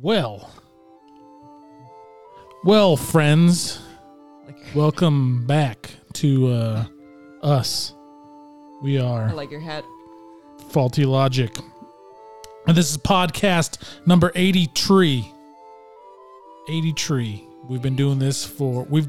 Well, well, friends, Like, welcome back to uh, us. We I are like your hat. Faulty Logic. And this is podcast number 80 tree. 80 tree. We've been doing this for we've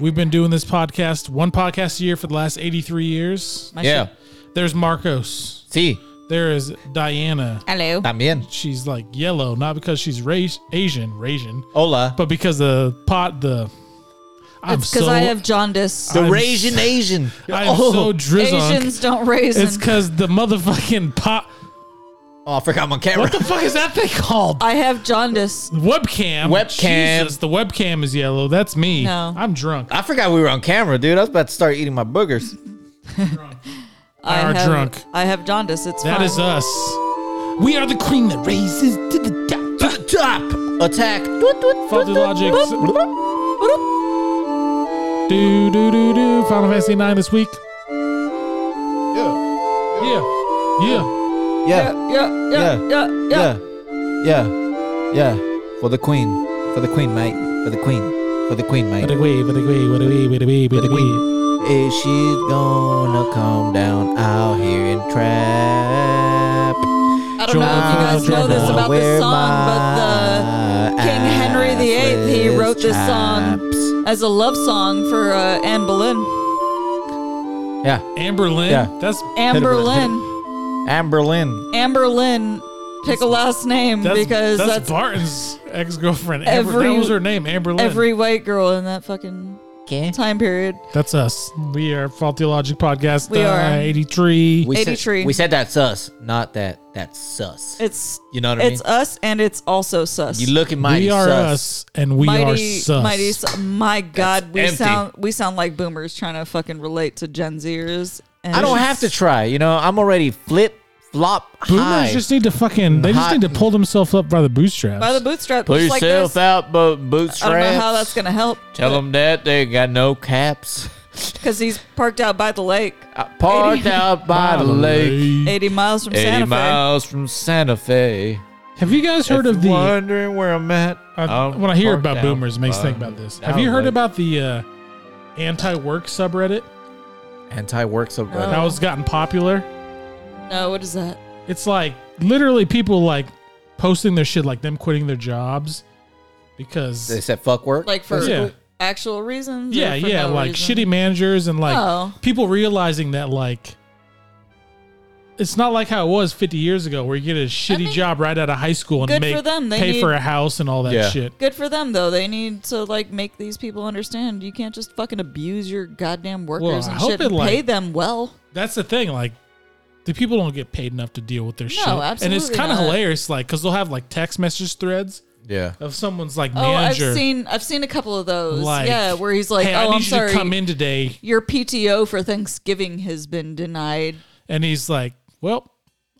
we've been doing this podcast one podcast a year for the last 83 years. My Yeah. shit. There's Marcos. See, There is Diana. Hello. también. She's like yellow, not because she's race Asian, Rasian, Hola. but because the pot the I'm It's because so I have jaundice. The I'm Rasian Asian. Oh. I am so drizzled. Asians don't raise. It's because the motherfucking pot. Oh, I forgot my camera. What the fuck is that thing called? I have jaundice. webcam. Webcam. Jesus, the webcam is yellow. That's me. No. I'm drunk. I forgot we were on camera, dude. I was about to start eating my boogers. I are have, drunk. I have jaundice. It's That fine. is us. We are the queen that raises to the top. to the top. Attack. Doot, doot, Faulty doot, logic. doot, doot. Do do do do. Final Fantasy Nine this week. Yeah. Yeah. Yeah. Yeah. Yeah, yeah, yeah, yeah, yeah. Yeah. Yeah. Yeah. For the queen. For the queen, mate. For the queen. For the queen, What mate. a way, what a way, what a way, what a way, what a way. Is she gonna come down out here and trap? I don't know if you guys know this about this song, but but the King Henry VIII, he wrote this song as a love song for uh, Anne Boleyn. Yeah. Amber Lynn. Yeah. That's Amber Hit it, hit it. Lynn. Amber Lynn. Amber Lynn. Pick a last name that's because that's, that's, Barton's ex girlfriend. Amber. Every- That was her name, Amber Lynn. every white girl in that fucking time period. that's us. We are Faulty Logic Podcast. We are. uh, eighty three. We 80 said, tree. We said that's us, not that that's sus. It's you know what I mean? it's us and it's also sus. You look at my We are sus. us, and we are sus. mighty. Sus. My God, we empty. sound we sound like boomers trying to fucking relate to Gen Zers. And I don't have to try. You know, I'm already flip flop Boomers high. just need to fucking. They just Hot. need to pull themselves up by the bootstraps. by the bootstraps. Pull just like yourself this. out, bo- bootstraps. I don't know how that's gonna help. Tell them that they got no caps. because he's parked out by the lake, I parked 80 out by the lake, eighty miles from 80 Santa Fe. miles from Santa Fe. Have you guys heard If of the? you're wondering where I'm at. I, I'm when I hear parked about out boomers, it makes me by think about this. the Have you heard lake. about the uh, anti-work subreddit? anti-work subreddit? Oh. How it's gotten popular? No, what is that? It's like literally people like posting their shit, like them quitting their jobs because They said fuck work. Like for Yeah. actual reasons? or yeah, for yeah, no like reason? shitty managers and like Oh. people realizing that like it's not like how it was 50 years ago where you get a shitty mean, job right out of high school and good make for them. They pay need- for a house and all that Yeah. shit. Good for them though. They need to like make these people understand you can't just fucking abuse your goddamn workers I and hope shit it, and pay like- them well. That's the thing like the people don't get paid enough to deal with their shit. And it's absolutely kind of not. hilarious like cuz they'll have like text message threads yeah. of someone's like Oh, I've manager seen I've seen a couple of those. like yeah, where he's like, "Hey, I "Oh, need I'm you sorry, to come in today." your PTO for Thanksgiving has been denied." And he's like, "Well,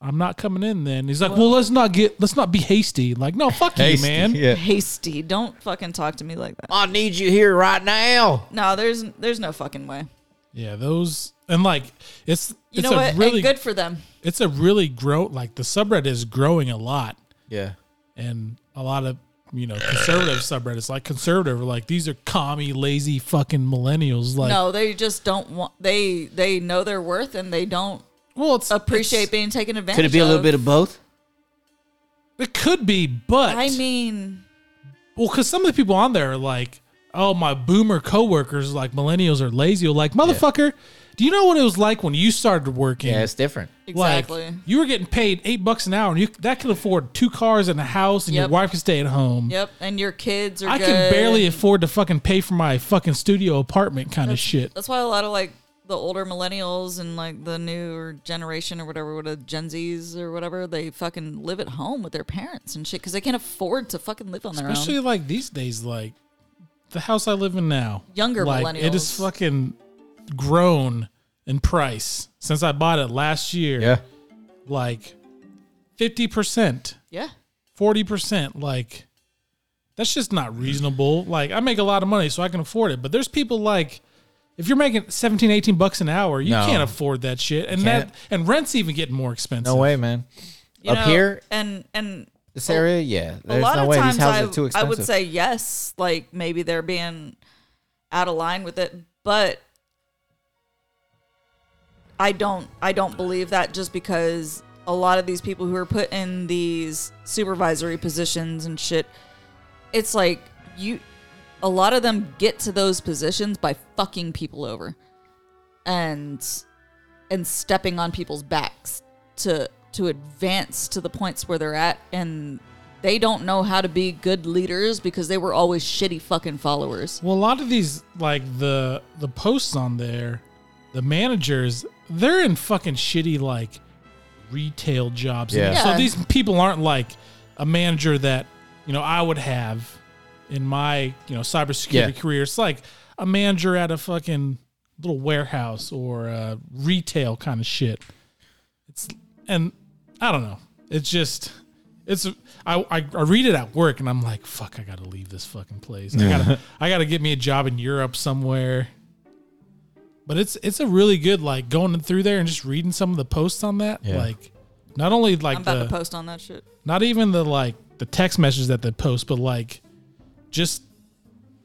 I'm not coming in then." He's like, "Well, let's not get let's not be hasty." Like, "No, fuck you, man." Yeah. Hasty, don't fucking talk to me like that. I need you here right now. No, there's there's no fucking way. Yeah, those and like it's You it's know a what? really and good for them. it's a really grow like the subreddit is growing a lot Yeah. and a lot of you know conservative subreddits like conservative are like these are commie lazy fucking millennials like no, they just don't want. They they know their worth and they don't well it's appreciate being taken advantage. Could it be a little bit of both? it's- it could be but I mean, well because some of the people on there are like oh my boomer coworkers like millennials are lazy like motherfucker do you know what it was like when you started working Yeah, it's different. Like, exactly. you were getting paid eight bucks an hour, and you that could afford two cars and a house, and Yep. your wife could stay at home. yep. And your kids are. I good. can barely afford to fucking pay for my fucking studio apartment kind of shit. That's why a lot of like the older millennials and like the newer generation or whatever, what the Gen Zs or whatever, they fucking live at home with their parents and shit because they can't afford to fucking live on their Especially own. like these days, like the house I live in now. Younger like, It is millennials. fucking grown in price since I bought it last year. Like 50%, Yeah, 40%. Like that's just not reasonable. Like I make a lot of money, so I can afford it. But there's people like, if you're making 17, 18 bucks an hour, you No. can't afford that shit. And can't. that and rent's even getting more expensive. No way, man. You Up here? and and This area, yeah. There's a lot no of way times these houses I, are too I expensive. would say yes, like maybe they're being out of line with it, but I don't I don't believe that just because a lot of these people who are put in these supervisory positions and shit it's like you a lot of them get to those positions by fucking people over and and stepping on people's backs to to advance to the points where they're at and they don't know how to be good leaders because they were always shitty fucking followers. Well, a lot of these, like the the posts on there, the managers, they're in fucking shitty like retail jobs. Yeah. So Yeah. these people aren't like a manager that you know I would have in my you know cybersecurity Yeah. career. It's like a manager at a fucking little warehouse or uh, retail kind of shit. It's and I don't know. It's just it's I, I I read it at work and I'm like, fuck, I gotta leave this fucking place. I gotta I gotta get me a job in Europe somewhere. But it's it's a really good like going through there and just reading some of the posts on that. Yeah. Like not only I'm like about the to post on that shit. not even the like the text messages that they post, but like just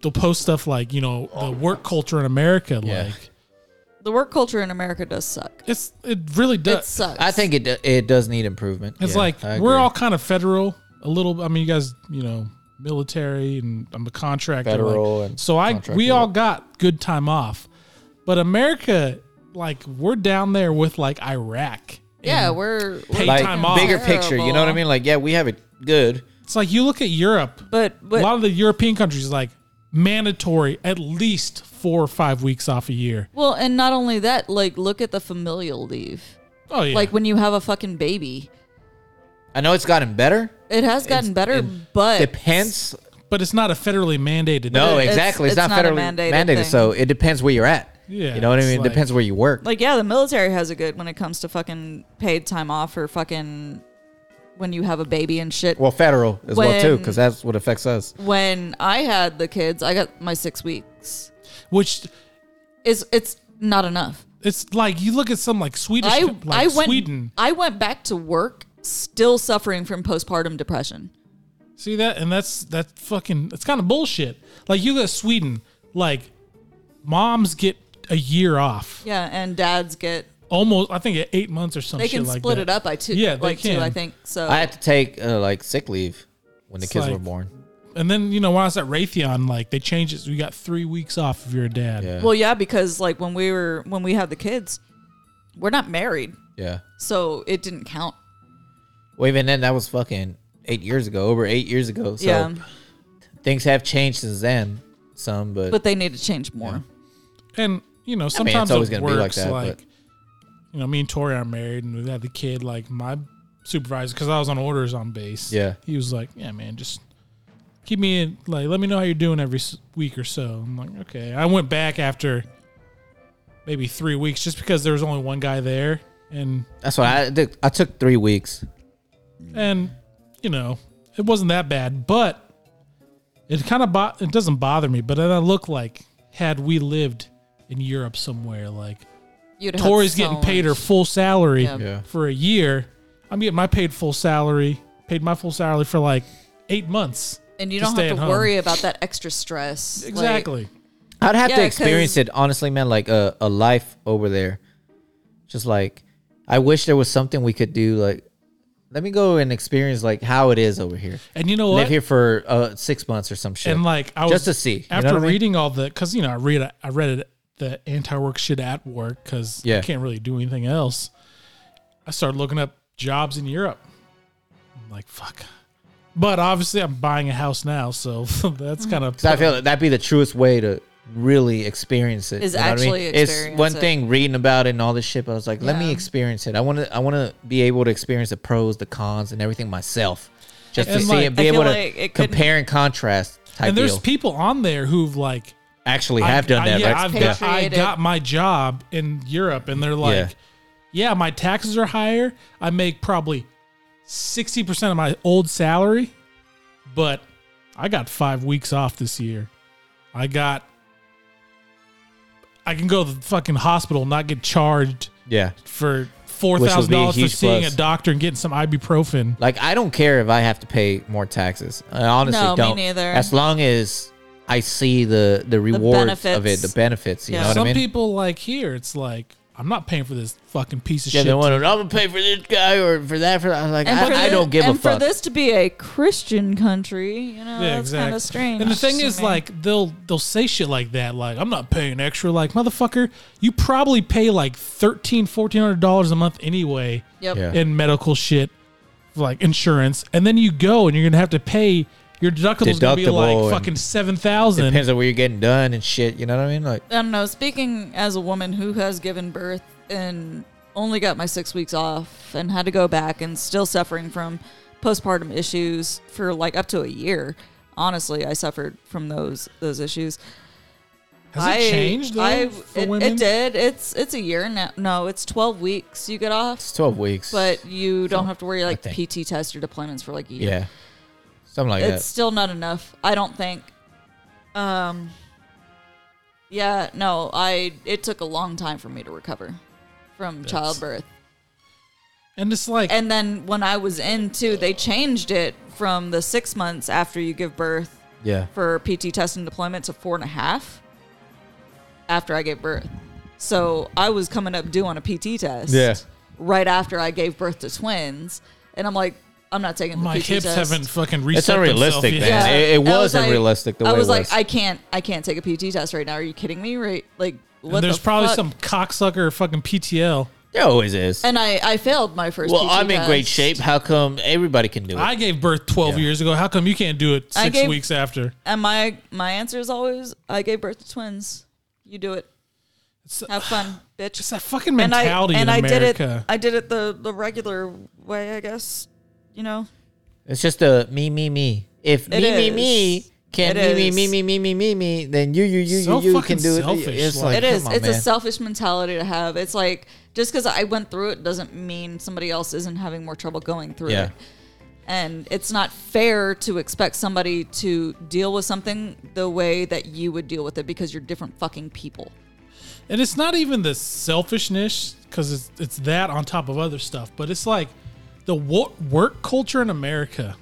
they'll post stuff like, you know, the work culture in America. Yeah. Like The work culture in America does suck. it's it really does It sucks. I think it do- it does need improvement. It's Yeah, like I we're agree. all kind of federal a little. I mean, you guys, you know, military and I'm a contractor. like- Federal and so I contractor, we yeah. all got good time off, but America, like we're down there with like Iraq. yeah, And we're, we're mm, Pay like time off. bigger picture. You know what I mean? Like yeah, we have it good. it's like you look at Europe. But a lot but of the European countries like mandatory at least four or five weeks off a year. well, and not only that, like look at the familial leave. Oh yeah, Like when you have a fucking baby, I know it's gotten better. it has gotten better, but Depends. but it's not a federally mandated. No, It's- exactly. It's, it's not not a federally mandated. mandated thing. so it depends where you're at. Yeah, you know what I it's mean. like- it depends where you work. like yeah, the military has a good when it comes to fucking paid time off or fucking when you have a baby and shit. well, federal as well too, When- because that's what affects us. when I had the kids, I got my six weeks. which Is it's not enough. it's like you look at some like Swedish, I like I went Sweden. I went back to work still suffering from postpartum depression. See that, and that's that's fucking. It's kind of bullshit. Like you go to Sweden, like moms get a year off, Yeah, and dads get almost. I think eight months or some. they shit can like split that. it up by two. Yeah, they like can. two, I think. So I had to take uh, like sick leave when the It's kids like- were born. And then you know when I was at Raytheon, like they changed it. So you got three weeks off if you're a dad. Yeah, well, yeah, because like when we were when we had the kids, we're not married, yeah. so it didn't count. Well, even then, that was fucking eight years ago, over eight years ago. So yeah, things have changed since then, some, but, but they need to change more. And you know sometimes always it gonna be works. like Like, that, but- you know, me and Tori are married, and we had the kid. Like my supervisor, because I was on orders on base. Yeah. he was like, "Yeah, man, just keep me in. Like, let me know how you're doing every s- week or so." I'm like, "Okay." I went back after maybe three weeks, just because there was only one guy there, and that's why I did, I took three weeks. and you know, it wasn't that bad, but it kind of bo- it doesn't bother me. But then I look like had we lived in Europe somewhere, like You'd have Tori's so getting paid her much- full salary Yeah. Yeah. for a year. I'm getting my paid full salary, paid my full salary for like eight months. and you to don't stay have at to home. worry about that extra stress. Like, Exactly. I'd have to Yeah, experience 'cause- it, honestly, man, like a, a life over there. Just like, I wish there was something we could do. Like, let me go and experience like how it is over here. and you know Live what? here for uh, six months or some shit. and like I was Just to see, you know after what I mean? reading all the because you know I read I read it the anti-work shit at work because Yeah. I can't really do anything else. I started looking up jobs in Europe. I'm like fuck, but obviously I'm buying a house now, so that's Mm-hmm. kind of 'Cause I feel that that'd be the truest way to really experience it. Is what I actually It's experience one it. thing reading about it and all this shit, but I was like, let me Yeah. experience it. I want to. I want to be able to experience the pros, the cons, and everything myself, just to And, see like, it, be I feel able to like it couldn't- compare and contrast type and there's deal. people on there who've like actually, have done that. yeah, right? I've got, I Patriated. got my job in Europe, and they're like, Yeah. yeah, my taxes are higher. I make probably 60% of my old salary, but I got five weeks off this year. I got, I can go to the fucking hospital and not get charged yeah. for four Which would thousand be a dollars for huge seeing plus. a doctor and getting some ibuprofen. Like I don't care if I have to pay more taxes. I honestly No, me don't. neither. As long as I see the the reward of it, benefits. the benefits. You Yeah. know what Some I mean? people like here, it's like I'm not paying for this fucking piece of yeah, they shit. want to. I'm gonna pay for this guy or for that. For that. I'm like, And I, for I thi- don't give and a fuck. for this to be a Christian country, you know, yeah, that's kind exactly. of strange. And the thing to is, me. like, they'll they'll say shit like that. Like, I'm not paying extra. Like, motherfucker, you probably pay like thirteen, fourteen hundred dollars a month anyway. yep. Yeah. in medical shit, like insurance, and then you go and you're gonna have to pay your deductible's gonna be Deductible like and- fucking seven thousand. Depends on where you're getting done and shit. You know what I mean? Like, I don't know. Speaking as a woman who has given birth and only got my six weeks off and had to go back and still suffering from postpartum issues for like up to a year. Honestly, I suffered from those those issues. Has I, it changed though I- for it, it women? did. It's it's a year now. No, it's twelve weeks you get off, it's twelve weeks. but you don't have to worry like think. PT tests or deployments for like a year. yeah, something like it's still not enough. I don't think. Um. Yeah, no, I. It took a long time for me to recover from childbirth, And it's like and then when I was in too, they changed it from the six months after you give birth that. Yeah, for PT test and deployment to four and a half after I gave birth. So I was coming up due on a PT test. Yeah. Right after I gave birth to twins, and I'm like, I'm not taking the my PT hips test. haven't fucking reset it's unrealistic, themselves man. yet. Yeah. It, it I was, was like- unrealistic. The way I was it like, I can't, I can't take a PT test right now. Are you kidding me? Right, like And what? there's the probably fuck? some cocksucker fucking PTL. there always is. And I, I failed my first. Well, PT I'm in great test. shape. How come everybody can do it? I gave birth 12 Yeah. years ago. How come you can't do it I six gave- weeks after? And my, my answer is always, I gave birth to twins. You do it. Have fun, bitch. It's that fucking and I, mentality in and I did America. it. I did it the, the regular way, I guess. You know. It's just a me, me, me. If me, me, is. me can It me, is. me, me, me, me, me, me, me, then you, you, you, So you, you fucking can do it. selfish, It's like- like, It is. come on, it's a man. selfish mentality to have. It's like just because I went through it doesn't mean somebody else isn't having more trouble going through Yeah. it. And it's not fair to expect somebody to deal with something the way that you would deal with it because you're different fucking people. and it's not even the selfishness because it's it's that on top of other stuff, but it's like the wo- work culture in America.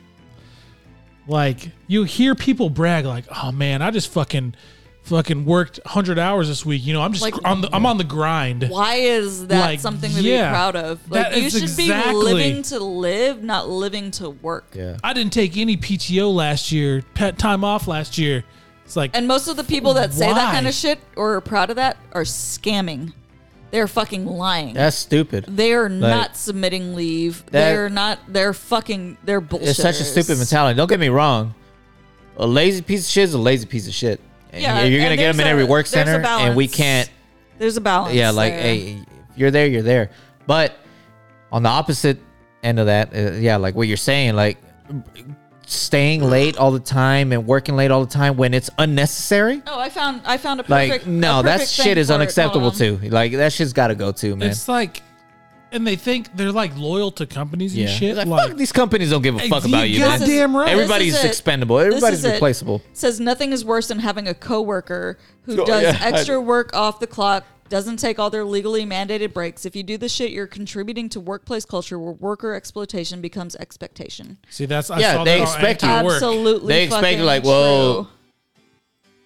Like you hear people brag, like, "Oh man, I just fucking fucking worked hundred hours this week." You know, I'm just Like- on the I'm on the grind. Why is that Like, something to yeah. be proud of? Like That you is should exactly- be living to live, not living to work. Yeah. I didn't take any PTO last year, pet time off last year. It's like And most of the people that say that Why? kind of shit or are proud of that are scamming. They're fucking lying. That's stupid. They are not submitting leave. That- they're not. They're fucking. They're bullshit. It's such a stupid mentality. Don't get me wrong. A lazy piece of shit is a lazy piece of shit. And Yeah, you're gonna and get them in there's every a- work there's a center, and we balance. can't. There's a balance. Yeah, like there. hey, if you're there, you're there. But on the opposite end of that, uh, yeah, like what you're saying, like staying late all the time and working late all the time when it's unnecessary. Oh, I found. I found a Like perfect. no, a that perfect shit thing is for it. unacceptable Hold on. too. Like that shit's got to go too, man. it's like, and they think they're like loyal to companies and yeah. shit. Like, like, fuck, these companies don't give a Hey, fuck you about you. guys- Man. This is- Goddamn right. this is Everybody's it. expendable. This Everybody's is it. replaceable. Says nothing is worse than having a coworker who Oh, does yeah. extra work off the clock, doesn't take all their legally mandated breaks. If you do this shit, you're contributing to workplace culture where worker exploitation becomes expectation. see, that's I Yeah, saw they that on expect you. Anti Work. Absolutely. They expect, fucking like, whoa, true.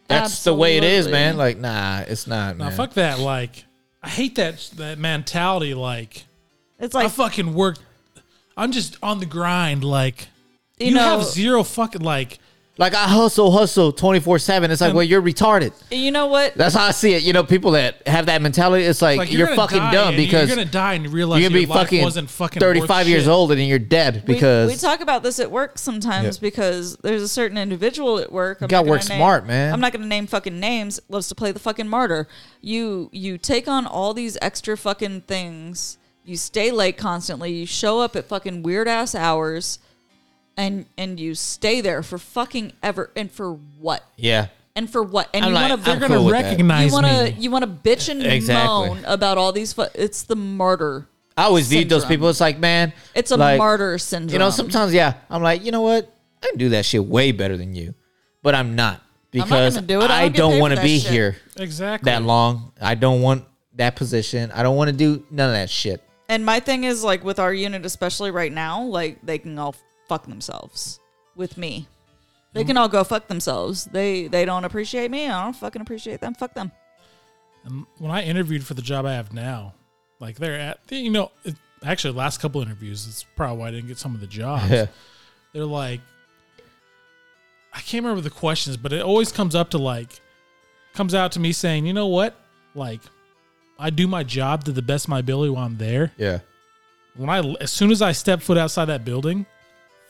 That's the way it is, Absolutely. man. Like nah, it's not, Nah, man. fuck that. Like, I hate that that mentality. Like, It's like I fucking work. I'm just on the grind. Like, you, you, know, have zero fucking like. Like I hustle, hustle, twenty four seven. It's like, well, you're retarded. you know what? That's how I see it. You know, people that have that mentality, it's like, Like you're, gonna fucking die dumb and you- because you're you're gonna die and realize gonna, your be life fucking, wasn't fucking worth thirty five years shit. old and then you're dead We- because we, talk about this at work sometimes because there's a certain individual at work. I'm You gotta not gonna work name- smart, man. I'm not going to name fucking names. Loves to play the fucking martyr. You you take on all these extra fucking things. You stay late constantly. You show up at fucking weird ass hours, and and you stay there for fucking ever and for what yeah, and for what and I'm you like, want They're I'm to gonna cool with that. recognize you want to me. you want to bitch and Exactly. moan about all these. Fu- it's the martyr. I always viewed those Syndrome. people. It's like, man, It's a like, martyr syndrome. You know, sometimes yeah, I'm like, you know what? I can do that shit way better than you, but I'm not not because gonna do it. I I don't get don't paid for want to that be shit. here exactly. that long. I don't want that position. I don't want to do none of that shit. And my thing is like with our unit, especially right now, like they can all fuck themselves with me. Mm-hmm. They can all go fuck themselves. They they don't appreciate me. I don't fucking appreciate them. Fuck them. And when I interviewed for the job I have now, like they're at, you know, it, actually, last couple interviews, it's probably why I didn't get some of the jobs. they're like, I can't remember the questions, but it always comes up to like, comes out to me saying, you know what? Like, I do my job to the best of my ability while I'm there. yeah. When I, as soon as I step foot outside that building,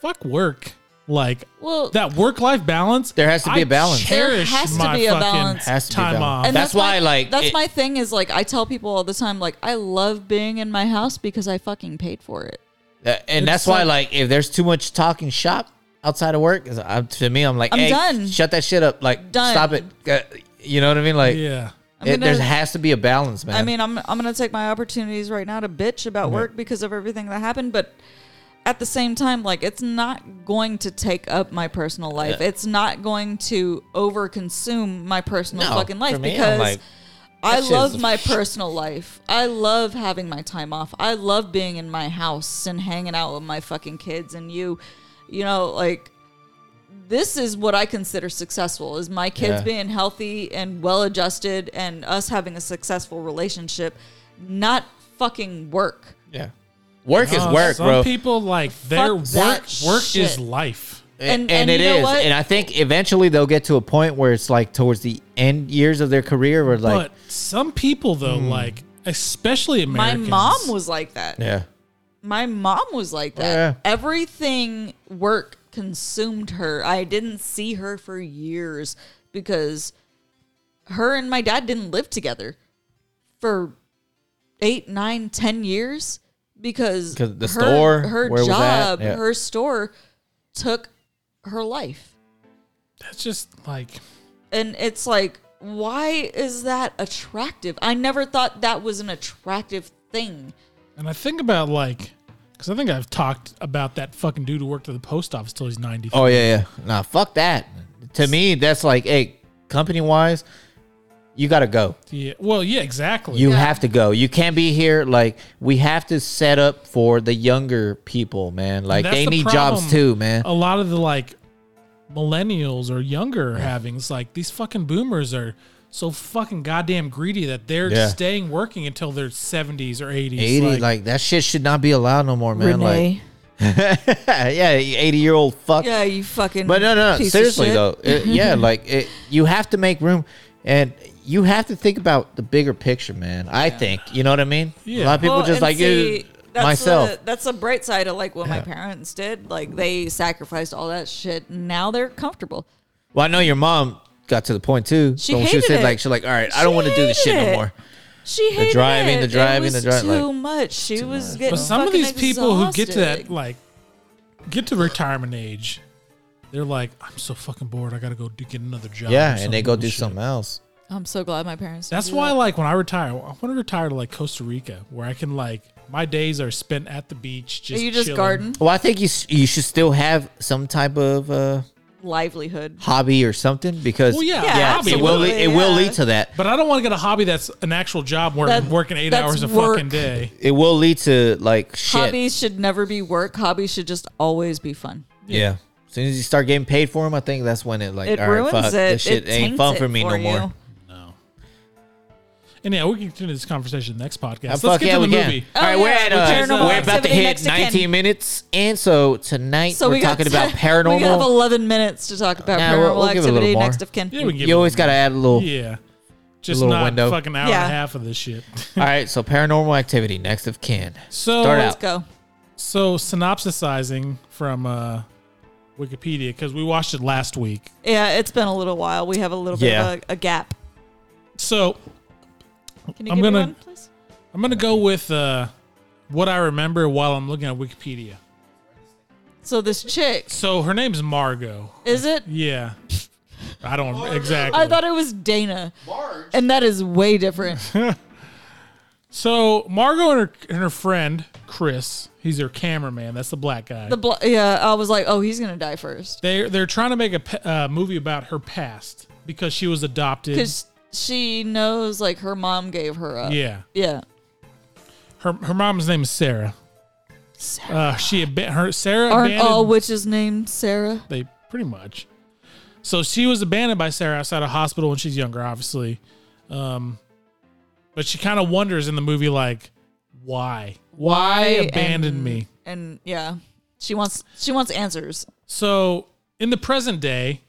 fuck work. Like, Well, that work life balance. There has to be a a balance. There Cherish has to my be a fucking balance. Has to be a time balance. off. And- that's why, my, like, that's it- my thing is like I tell people all the time like I love being in my house because I fucking paid for it. Uh, and that's why, like, if there's too much talking shop outside of work, is- I'm- to me, I'm like, I'm hey, done. shut that shit up. Like, Done. stop it. Uh, you know what I mean? Like, yeah. I'm it- there gonna- has to be a balance, man. I mean, I'm I'm gonna take my opportunities right now to bitch about work because of everything that happened, but at the same time, like it's not going to take up my personal life. It's not going to overconsume my personal No, fucking life for me, I'm because like, I shit's love the my personal life. I love having my time off. I love being in my house and hanging out with my fucking kids and you. You know, like this is what I consider successful is my kids Yeah. being healthy and well adjusted and us having a successful relationship, not fucking work. yeah. Work is Uh, work, some bro. people like their Fuck that work. Work is shit. life. And- and, and and, it you know is, what? and I think eventually they'll get to a point where it's like towards the end years of their career, where like, Hmm. but some people though, like especially Americans. My mom was like that. yeah, My mom was like that. Yeah. Everything work consumed her. I didn't see her for years because her and my dad didn't live together for eight, nine, ten years because 'Cause the her, store, her where it was at, job, yeah. her store took her life. That's just like And it's like, why is that attractive? I never thought that was an attractive thing. And I think about like, because I think I've talked about that fucking dude who worked at the post office till he's ninety. oh yeah, yeah. Nah, fuck that. To me, that's like, hey, company wise, you gotta go. Yeah. Well, yeah, exactly. You have to go. You can't be here. Like we have to set up for the younger people, man. Like That's they the need problem jobs too, Oh, man. a lot of the like millennials or younger are having it's like these fucking boomers are so fucking goddamn greedy that they're Yeah. staying working until their seventies or eighties. Eighty, like, that shit should not be allowed no more, man. Like, yeah, eighty year old fuck. Yeah, you fucking. But no, no, no. piece of Seriously shit. though, it- yeah, like it, you have to make room, and you have to think about the bigger picture, man. I think you know what I mean. Yeah. A lot of people Well, just and like see, you, that's myself. The, that's the bright side of like what my parents did. Like they sacrificed all that shit. and Now they're comfortable. well, I know your mom got to the point too. She so when she hated said it. like, she's like, all right, I She don't want to do this shit hated no it. more. She hated driving, the it. It driving, was the drive- Too like, much. She was getting. But some of fucking these people who get to that exhausted. like get to retirement age, they're like, I'm so fucking bored. I gotta go do, get another job. or Yeah, some and they go do bullshit." something else. I'm so glad my parents. didn't That's do why, that. like, when I retire, I want to retire to like Costa Rica, where I can like my days are spent at the beach. Just you just chilling. garden Well, I think you s- you should still have some type of uh, livelihood. hobby or something because Well, yeah, Yeah, yeah, it will absolutely. le- it will yeah. lead to that. But I don't want to get a hobby that's an actual job where I'm That- working eight that's hours a work. fucking day. It will lead to like shit. Hobbies should never be work. Hobbies should just always be fun. Yeah. As soon as you start getting paid for them, I think that's when it like It all right, ruins fuck, it. This shit it ain't taints fun it for me no you. more. No. And yeah, we can continue this conversation next podcast. Uh, Let's fuck get yeah, to the we can. movie. All right, Oh, we're yeah, with at uh, Paranormal we're about to Activity hit next to Ken. 19 minutes, and so tonight So we're we got talking about paranormal. We have 11 minutes to talk about Nah, paranormal we'll- we'll give it a little activity. more. Next of kin. Yeah, we can give you it always a- got to add a little. Yeah, just little not window. fucking hour Oh. Yeah. and a half of this shit. All right, so paranormal activity next of kin. So Start out. Let's go. so synopsisizing from uh, Wikipedia because we watched it last week. Yeah, it's been a little while. We have a little bit Yeah. of a, a gap. So Can you I'm give gonna- me one, please? I'm gonna go with uh, what I remember while I'm looking at Wikipedia. So this chick, So her name's Margot. is it? Yeah, I don't exactly. Oh, I thought it was Dana. Marge. And that is way different. so Margot and her and her friend Chris, he's their cameraman. That's the black guy. The bl- yeah, I was like, oh, he's gonna die first they they're trying to make a pe- uh, movie about her past because she was adopted. because she knows like her mom gave her up. Yeah, Yeah. her her mom's name is Sarah. Sarah. Uh, she had been, her Sarah Aren't abandoned- all witches named Sarah? they pretty much. So she was abandoned by Sarah outside a hospital when she's younger, obviously. Um, but she kind of wonders in the movie, like, why? Why abandon and- me? And yeah, she wants she wants answers. So in the present day,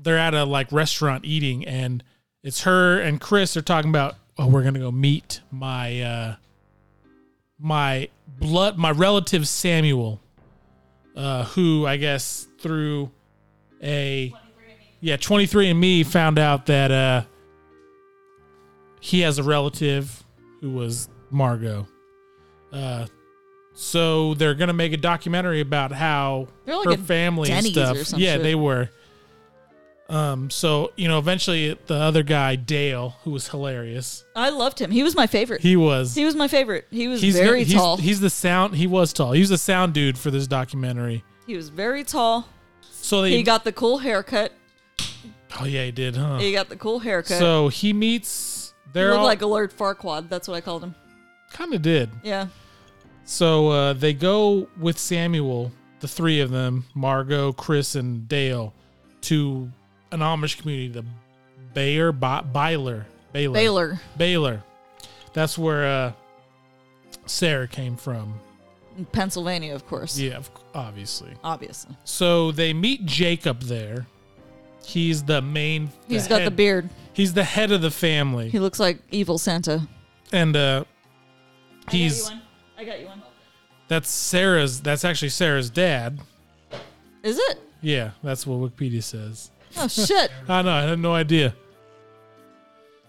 they're at a like restaurant eating, and it's her and Chris are talking about, oh, we're gonna go meet my uh, my blood, my relative Samuel, uh, who I guess through a yeah, twenty three and me found out that uh, he has a relative who was Margot. Uh, so they're gonna make a documentary about how They're like her a family and Denny's stuff. or some yeah, shit. they were. Um, so you know, eventually the other guy, Dale, who was hilarious, I loved him. He was my favorite. He, he was was my favorite. He was he's very he's, tall. He's the sound. He was tall. He was the sound dude for this documentary. he was very tall. So they He got the cool haircut. Oh yeah, he did, huh? He got the cool haircut. So he meets. he They're looked all, like a Lord Farquaad. That's what I called him. kind of did. Yeah. So uh, they go with Samuel, the three of them, Margot, Chris, and Dale, to an Amish community, the Bayer, ba- Baylor, Baylor, Baylor. Baylor. That's where uh, Sarah came from. In Pennsylvania, of course. Yeah, of- obviously. Obviously. So they meet Jacob there. He's the main. He's He's got the beard. He's the head of the family, He looks like evil Santa. and uh, he's. I got you one. That's Sarah's. That's actually Sarah's dad. Is it? Yeah, that's what Wikipedia says. Oh shit. I know. I had no idea.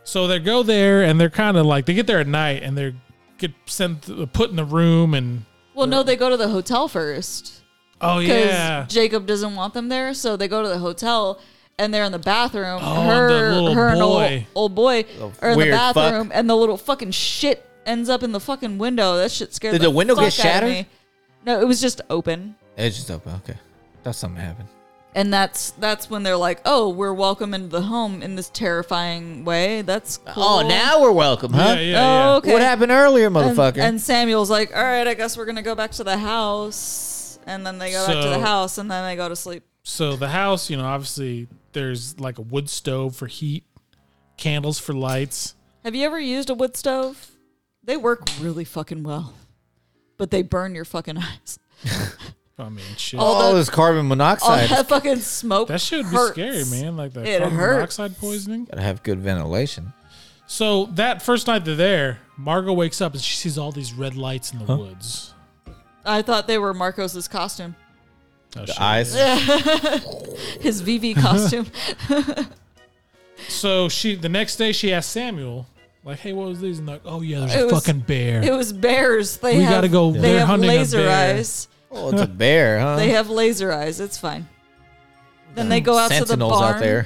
So they go there, and they're kind of like they get there at night, and they get sent put in the room, and Well, no, they go to the hotel first oh because yeah, Jacob doesn't want them there, so they go to the hotel and they're in the bathroom. Oh, and her, the little her, and old, boy. old boy are in the weird fuck. bathroom, and the little fucking shit ends up in the fucking window. That shit scared. Did the, the window get fuck out of shattered? me. No, it was just open, It's just open. Okay, that's something happened. and that's that's when they're like, "Oh, we're welcome into the home in this terrifying way." That's cool. Oh, now we're welcome, yeah, huh? yeah, yeah. Oh, okay. What happened earlier, And, motherfucker? and Samuel's like, all right, I guess we're gonna go back to the house, and then they go back to the So- house, and then they go to sleep. So the house, you know, obviously there's like a wood stove for heat, candles for lights. Have you ever used a wood stove? They work really fucking well, but they burn your fucking eyes. I mean, shit. all all the- this carbon All monoxide. that fucking smoke. that should be Oh, hurts. scary, man. Like that It carbon hurts. monoxide poisoning. Gotta have good ventilation. So that first night they're there, Margot wakes up and she sees all these red lights in the woods. I thought they were Marcos's costume, Oh, shit. The eyes. his VV costume. So she the next day she asked Samuel, like, "Hey, what was these?" And like, "Oh yeah, there's It a was- fucking bear." it was bears. They We have, gotta go. They They're have hunting a laser bear. eyes. Oh, it's a bear, huh? They have laser eyes. It's fine. Then they go out to the Mm, Sentinels barn. out there.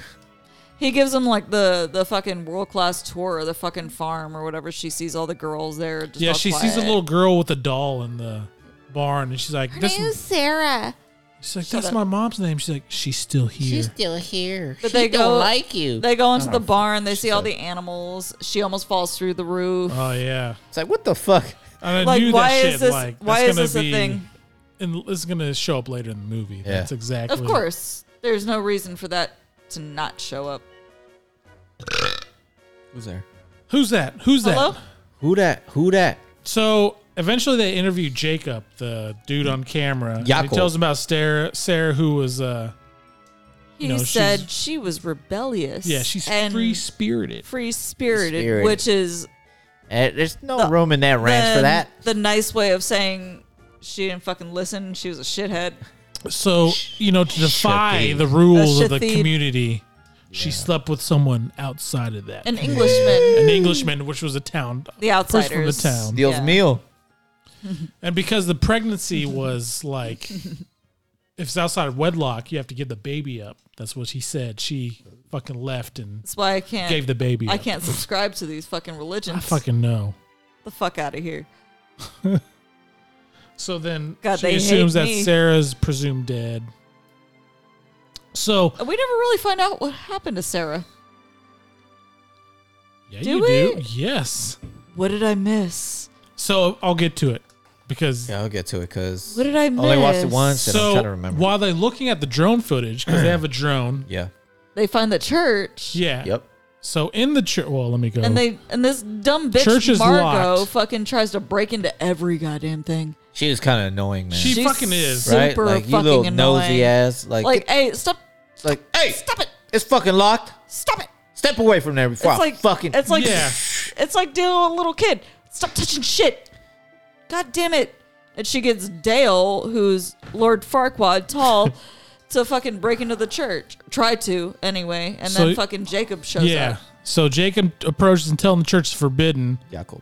He gives them like the the fucking world class tour of the fucking farm or whatever. She sees all the girls there. Just yeah, all she sees a quiet. little girl with a doll in the barn, and she's like, Her "This." name is Sarah. She's like, "That's my mom's name." She's like, "She's still here." She's still here. But she they don't go- like you. They go Oh, into the barn. They see all the animals. She almost falls through the roof. oh yeah, It's like what the fuck? and I like knew why that shit. is this? like, why that's is gonna this be- a thing? And it's gonna show up later in the movie. That's exactly. Of course, there's no reason for that to not show up. Who's there? Who's that? Who's that? Hello. Who that? Who that? So eventually they interview Jacob, the dude on camera. and He Jacob. tells him about Sarah, Sarah who was, uh, He know, said she's- she was rebellious. yeah, she's and free spirited. free spirited, Free-spirited. which is Eh, there's no The- room in that ranch for the- that. The nice way of saying she didn't fucking listen. She was a shithead. So you know, to defy Shatheed. the rules of the Shatheed. community, she slept with someone outside of that, An Englishman. an Englishman, which was a town The first from the outsiders. town. Deals Yeah. meal. And because the pregnancy was like, if it's outside of wedlock, you have to give the baby up. That's what she said. She fucking left and That's why I can't. gave the baby. I up. can't subscribe to these fucking religions. I fucking know. the fuck out of here. So then God, they she assumes hate that me. Sarah's presumed dead. So We never really find out what happened to Sarah. yeah, Do you we? do. Yes, What did I miss? So I'll get to it because Yeah, I'll get to it because What did I only watched it miss? once, and I'm so trying to remember. while they're looking at the drone footage because they have a drone. Yeah. They find the church. Yeah. Yep. So in the church, well, let me go. And they and this dumb bitch Church is Margot locked. fucking tries to break into every goddamn thing. She was kind of annoying, man. She She's fucking is. super right? like you fucking little annoying. nosy ass. Like, Like, hey, stop, it's like, hey, stop it, it's fucking locked. stop it. Step away from there before it's I like fucking. It's like Yeah. It's like dealing with a little kid. Stop touching shit. God damn it! And she gets Dale, who's Lord Farquaad, tall, to fucking break into the church. Try to anyway, and So- then fucking Jacob shows yeah. up. So Jacob approaches and telling the church is forbidden. Jacob.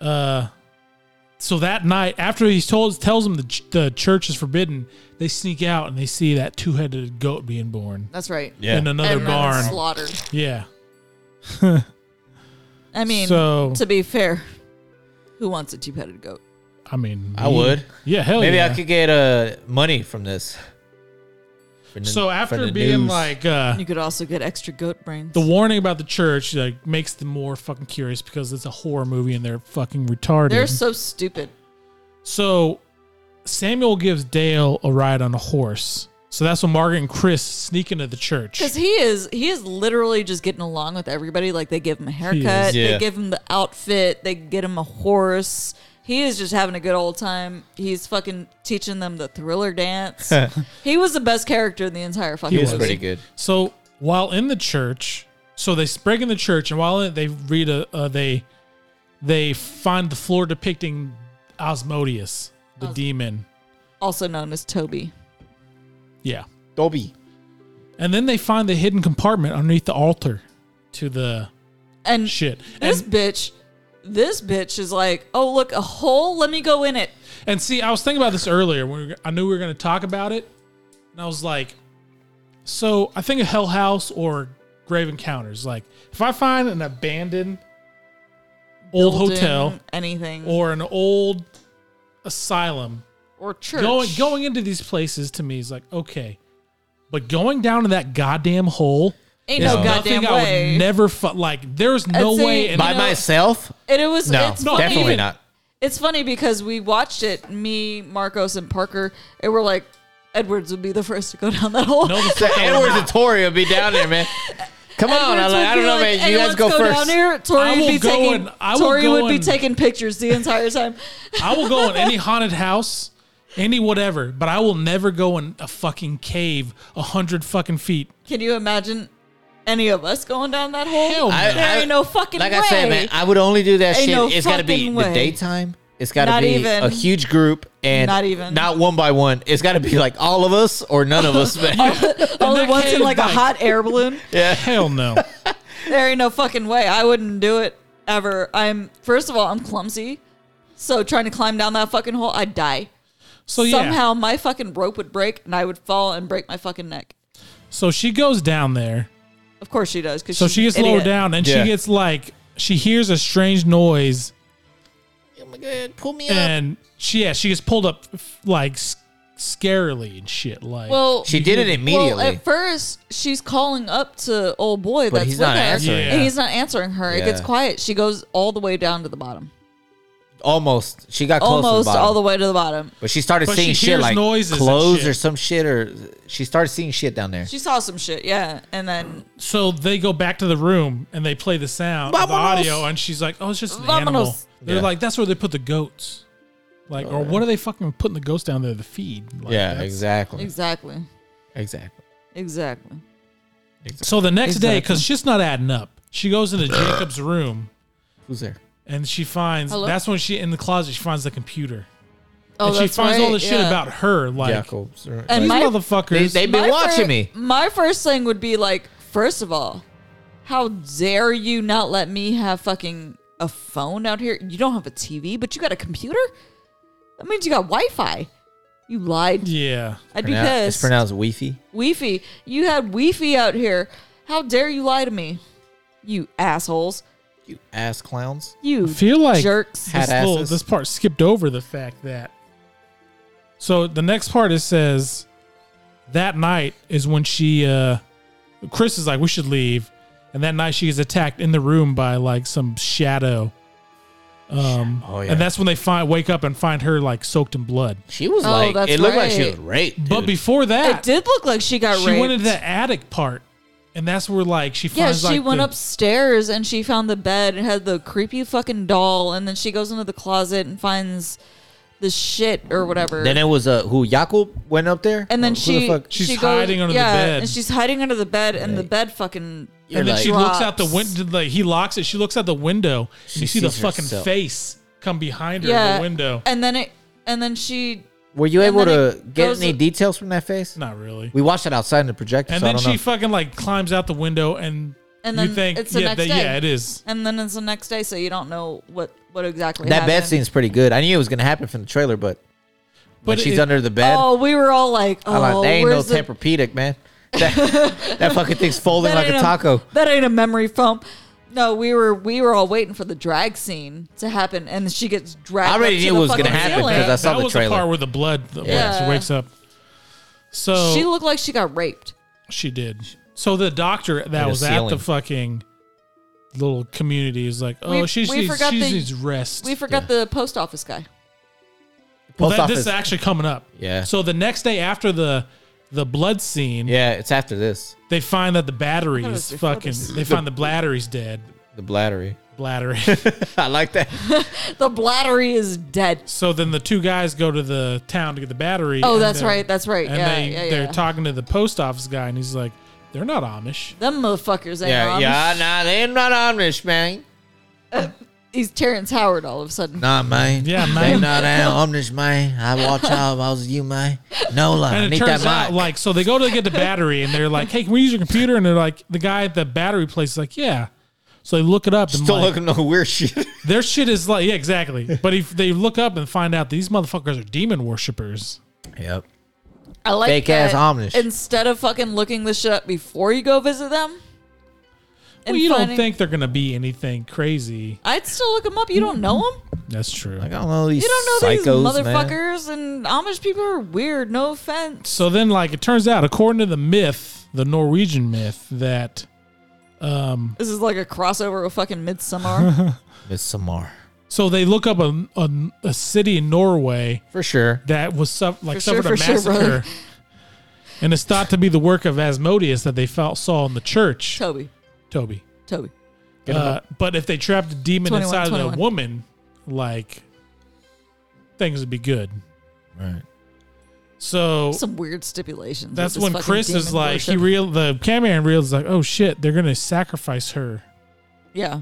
Uh, so that night, after he's told tells them the, ch- the church is forbidden, they sneak out and they see that two headed goat being born That's right. Yeah. in another and then barn. slaughtered. yeah. I mean, So- to be fair, who wants a two-headed goat? I mean, I would. Yeah, hell Maybe yeah. I could get uh money from this. From the- So from after the being news. like uh, You could also get extra goat brains. the warning about the church, like makes them more fucking curious because it's a horror movie and they're fucking retarded. They're so stupid. So Samuel gives Dale a ride on a horse. So that's when Margaret and Chris sneak into the church. Because he is he is literally just getting along with everybody. Like they give him a haircut, Yeah. they give him the outfit, they get him a horse. He is just having a good old time. He's fucking teaching them the thriller dance. he was the best character in the entire fucking He it was was. movie. pretty good. So while in the church, so they sprig in the church, and while in it, they read a uh, they they find the floor depicting Osmodius, the demon. Also known as Toby. Yeah, Dobby. and then they find the hidden compartment underneath the altar to the And shit. this And, bitch, this bitch is like, oh look, a hole. Let me go in it. and see, I was thinking about this earlier when we were, I knew we were going to talk about it, and I was like, so I think of Hell House or Grave Encounters. Like if I find an abandoned old Building, hotel anything, or, or an old asylum church. going going into these places to me is like okay but going down to that goddamn hole Ain't is no goddamn nothing i way. would never fu- like there's no I'd say- way in By know- myself? and it was No, it's funny. definitely even- not. It's funny because we watched it, me, Marcos, and Parker, and we're like, Edwards would be the first to go down that hole. no the So fuck I would Edwards and not. Tori will be down there, man. Come on, I, Edwards like, would I don't be know, like, man. You "Hey, guys let's go, Down first. here. Tori I would will be go taking, and- I will Tori go would be and- taking pictures the entire time. I will go in any haunted house any whatever but i will never go in a fucking cave a hundred fucking feet Can you imagine any of us going down that hole? Hell I- there I- ain't no fucking like way. I said, man, I would only do that Ain't shit. no it's got to be fucking the way. daytime. It's got to Not be even. a huge group and Not even. not one by one. It's got to be like all of us or none of us, man. Only that once cave, in like a like- hot air balloon. hell no There ain't no fucking way. I wouldn't do it ever. I'm first of all, I'm clumsy, so trying to climb down that fucking hole, I'd die. so yeah somehow my fucking rope would break and I would fall and break my fucking neck. so she goes down there Of course she does. Cause so she gets lower lowered down and Yeah. she gets like she hears a strange noise oh my god, pull me and she yeah she gets pulled up f- like s- scarily and shit like Well, eh, She did it immediately. Well, at first she's calling up to old boy that's he's with not her, answering. Yeah. and he's not answering her. It gets Yeah. quiet. She goes all the way down to the bottom, Almost. She got close almost to the bottom. all the way to the bottom. But she started But seeing she shit hears like noises and clothes shit. or some shit, or she started seeing shit down there. She saw some shit, yeah, and then so they go back to the room and they play the sound the Vamonos. audio and she's like oh it's just an Vamonos. animal they're Yeah. like that's where they put the goats like or what are they fucking putting the goats down there to feed Like, yeah, that's- exactly. exactly, Exactly. exactly. so the next day Exactly. because shit's not adding up she goes into jacob's room Who's there? and she finds Hello? that's when she in the closet she finds the computer Oh, and she that's finds all right, this shit yeah. about her like Jacobs. or- And these my- motherfuckers They- they- You've been watching fir- me. My first thing would be like, first of all, how dare you not let me have fucking a phone out here? You don't have a TV, but you got a computer. That means you got Wi-Fi. You lied. yeah I'd be Pronoun- it's pissed. pronounced Weefy. Wi-Fi. You had Wi-Fi out here. How dare you lie to me? You assholes. You ass clowns. You feel like- jerks. Hat this, little- asses. this part skipped over the fact that. So the next part it says that night is when she uh Chris is like we should leave and that night she is attacked in the room by like some shadow Um, Oh, yeah. And that's when they find wake up and find her like soaked in blood. She was Oh, like, that's it looked like she right. was raped. But dude. before It that, did look like she got she raped. went into the attic part, and that's where like she yeah, finds she like went the- upstairs and she found the bed and had the creepy fucking doll, and then she goes into the closet and finds the shit or whatever. then it was uh, who Yakub went up there, and then Who the she fuck? She's she hiding under the yeah, bed. and she's hiding under the bed, and the bed fucking You're and then like- she looks out the drops. window. Like he locks it. She looks out the window. And you see the sees fucking herself. face come behind her in yeah, the window. and then it and then she Were you and able then to it get goes- any details from that face? Not really. We watched it outside in the projector, and so I then don't she know. fucking like climbs out the window, and, And you then think it's the yeah, next that- day. yeah, it is. and then it's the next day, so you don't know what what exactly that bed happened. scene's pretty good. I knew it was gonna happen from the trailer, but when But she's it- under the bed, Oh, we were all like, oh, I'm like, that ain't no where's the- Tempur-Pedic, man. That, that fucking thing's folding that like a ain't taco. That ain't a memory foam. No, we were we were all waiting for the drag scene to happen, and she gets dragged. I already up to knew the it was gonna fucking happen, ceiling. 'cause I saw that the was trailer. the part where the blood the- Yeah. when she wakes up. So Oh. she looked like she got raped. She did. So the doctor that a was at the ceiling. fucking little community is like, oh, We- she we needs, forgot she the- needs rest. We forgot the post office guy. well, that, Post this office. is actually coming up. Yeah. So the next day after the the blood scene, yeah, it's after this. they find that the battery I thought it is was before fucking. this. They find the bladdery's dead. The blattery. Bladder. I like that. The bladdery is dead. so then the two guys go to the town to get the battery. Oh, and that's they're- right. That's right. And Yeah, they yeah, they're yeah. talking to the post office guy, and he's like, "They're not Amish." Them motherfuckers eh, ain't yeah, on. yeah, nah, they're not Amish, man. He's Terrence Howard all of a sudden. Nah, man. Yeah, They man. not Amish, man. I watch out if I was you, man. No lie. I And it need turns that out, mic. like, so they go to get the battery, and they're like, "Hey, can we use your computer?" And they're like, the guy at the battery place is like, "Yeah." So they look it up, and Still like, looking no weird shit. their shit is like, yeah, exactly. But if they look up and find out these motherfuckers are demon worshippers, yep. I like Fake that ass Amish. Instead of fucking looking this shit up before you go visit them. well, and you don't finding- think they're gonna be anything crazy. I'd still look them up. You don't know them. That's true. Like, I don't know these You don't know psychos, these Man. motherfuckers, and Amish people are weird. No offense. So then, like, it turns out, according to the myth, the Norwegian myth, that This is like a crossover with fucking Midsummer. It's Samar. so they look up a a, a city in Norway For sure. that was su- like For sure, suffered a for sure, massacre. brother. and it's thought to be the work of Asmodeus that they felt, saw in the church. Toby, Toby. Toby. Uh, but if they trapped a demon 21, inside of 21. the woman, like things would be good. Right. So Some weird stipulations. with that's this when fucking Chris is demon like, worship. he real the cameraman reels like, oh shit, they're gonna sacrifice her yeah.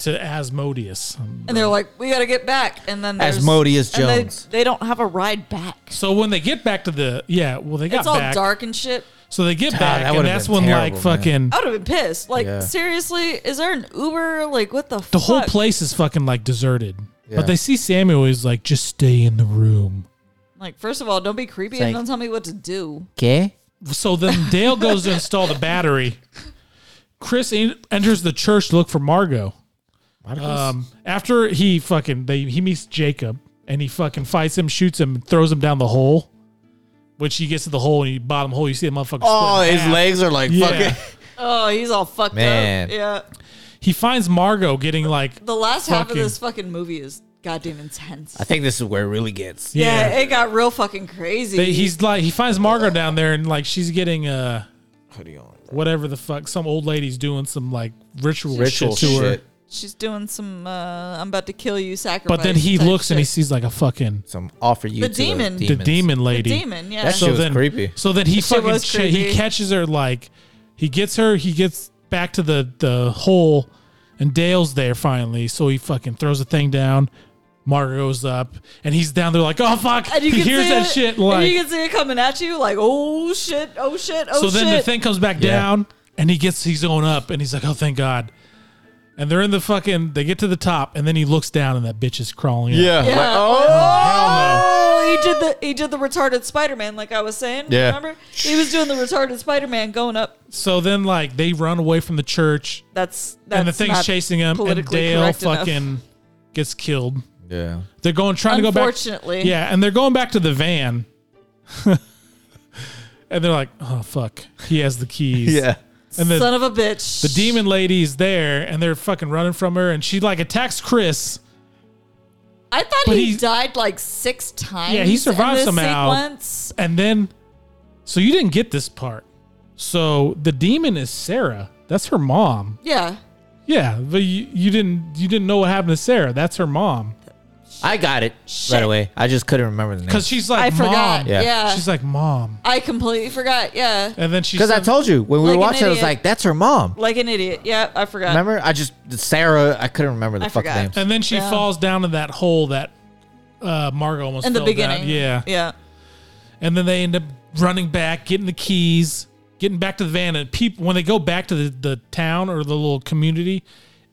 to Asmodeus. And they're like, we got to get back. And then there's- Asmodeus and they- Jones. They, don't have a ride back. So when they get back to the yeah, well they got It's all back. dark and shit. So they get God, Ah, that back, and would've that's been when terrible, like man. fucking I would have been pissed. Like, Yeah. seriously, is there an Uber? Like, what the, the fuck? whole place is fucking like deserted. Yeah. But they see Samuel is like, just stay in the room. Like, first of all, don't be creepy It's and like- don't tell me what to do. Okay. So then Dale goes to install the battery. Chris en- enters the church to look for Margot. Um, after he fucking they he meets Jacob and he fucking fights him, shoots him, throws him down the hole. Which he gets to the hole and he bottom hole, you see the motherfucker. Oh, split in his half. legs are like Yeah. fucking. Oh, he's all fucked Man. up. Yeah. He finds Margot getting like The last half of Fucking- this fucking movie is goddamn intense. I think this is where it really gets. yeah. yeah. it got real fucking crazy. They- he's like he finds Margot down there and like she's getting uh Hoodie on. whatever the fuck some old lady's doing some like ritual, Ritual shit to her. shit. She's doing some. Uh, I'm about to kill you. Sacrifice. But then he type looks and he shit. sees like a fucking Some offer you The to demon. The the demon The lady. demon. Yeah. That shit was creepy. So then he shit fucking was ch- he creepy. catches her like he gets her he gets back to the the hole and Dale's there finally. So he fucking throws a thing down. Margaret goes up and he's down there like oh fuck. and you he can hears see that it, shit and like. you can see it coming at you like oh shit oh shit oh so shit. then the thing comes back Yeah. down and he gets he's going up and he's like oh thank god. And they're in the fucking they get to the top and then he looks down and that bitch is crawling. up. Yeah. Yeah. Like, oh. oh, he did the he did the retarded Spider Man like I was saying. Yeah. Remember he was doing the retarded Spider Man going up. So then like they run away from the church That's that's and the thing's not chasing him and politically Dale correct enough. fucking gets killed. Yeah. They're going trying to go back. Unfortunately. yeah, and they're going back to the van, and they're like, "Oh fuck, he has the keys." Yeah. And the- Son of a bitch. the demon lady's there and they're fucking running from her and she like attacks Chris. I thought But he, he- died like six times. Yeah, he survived in this somehow. Sequence. And then so you didn't get this part. So the demon is Sarah. That's her mom. Yeah. Yeah, but you, you didn't you didn't know what happened to Sarah. That's her mom. I got it right Shit. away. I just couldn't remember the name. Cuz she's like I forgot. Uh, mom. Yeah. Yeah. She's like mom. I completely forgot. Yeah. And then she Because I said- told you when Like we were an watching, I was idiot. like, "That's her mom." Like an idiot. Yeah, I forgot. Remember? I just Sarah. I couldn't remember the Uh, I fucking forgot. names. and then she Yeah. falls down in that hole that uh Margot almost In the fell down. beginning. Yeah. Yeah. and then they end up running back, getting the keys, getting back to the van. And people, when they go back to the, the town or the little community,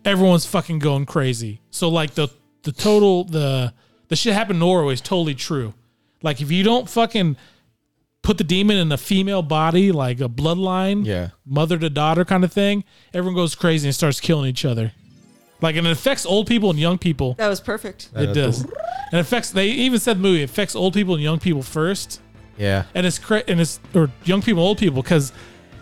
everyone's fucking going crazy. So like the the total the the shit happened in Norway is totally true. Like if you don't fucking put the demon in a female body, like a bloodline, Yeah. mother to daughter kind of thing, everyone goes crazy and starts killing each other. Like and it affects old people and young people. That was perfect. It does. And affects. They even said in the movie it affects old people and young people first Yeah. and it's cra- and it's or young people, old people, because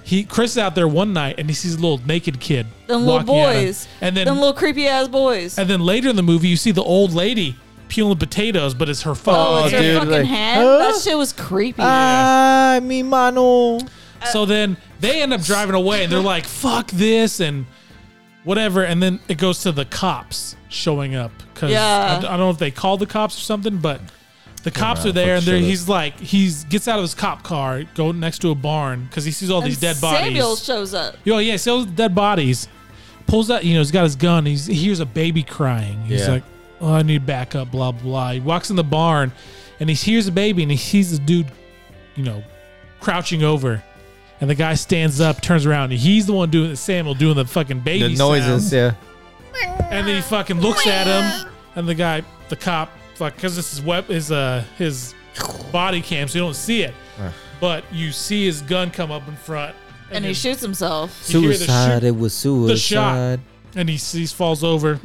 he Chris is out there one night and he sees a little naked kid, Them little walking at him. boys. and then Them little creepy ass boys. and then later in the movie you see the old lady peeling potatoes, but it's her Oh, phone. it's her dude, fucking like, hand. huh? That shit was creepy. Uh, Ah, mi mano. uh, so then they end up driving away and they're like, "Fuck this" and whatever, and then it goes to the cops showing up because Yeah. I, don't know if they called the cops or something, but. The cops man, are there, fuck and they're, shit up. he's like, he's gets out of his cop car, go next to a barn because he sees all these dead bodies. Uh, Samuel shows up. Yo, yeah, sells dead bodies. Pulls out, you know, he's got his gun. He's, he hears a baby crying. He's Yeah. like, oh, I need backup, blah, blah, blah. He walks in the barn and he hears a baby and he sees the dude, you know, crouching over. And the guy stands up, turns around, and he's the one doing the Samuel doing the fucking baby The noises. sound. Yeah. And then he fucking looks at him, and the guy, the cop, fuck, because this is web is uh his body cam, so you don't see it, but you see his gun come up in front, And he then- shoots himself. You hear the Suicide. shoot- It was the shot. suicide. and he sees falls over.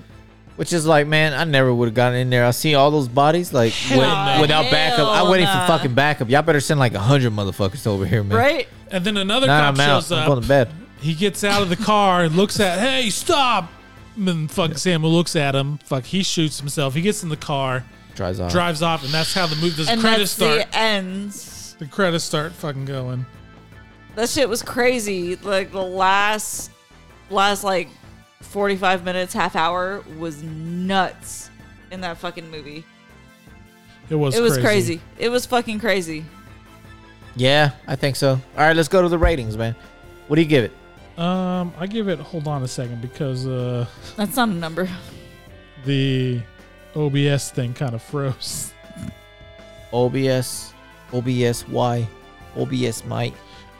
Which is like, man, I never would have gotten in there. I see all those bodies, like with- no. without backup. I'm Hell waiting nah. for fucking backup. Y'all better send like a hundred motherfuckers over here, man. Right? And then another Nah, cop I'm out. shows I'm up. going to bed. He gets out of the car and looks at, hey, stop. And then fuck Samuel looks at him. Fuck, he shoots himself. He gets in the car, Drives off. drives off, and that's how the movie does. And credits that's start. the ends. The, credits start fucking going. That shit was crazy. Like the last last like 45 minutes, half hour was nuts in that fucking movie. It was It was crazy. It was fucking crazy. Yeah, I think so. All right, let's go to the ratings, man. What do you give it? Um, I give it. Hold on a second because uh That's not a number. the OBS thing kind of froze. OBS, OBS, Y, OBS, might.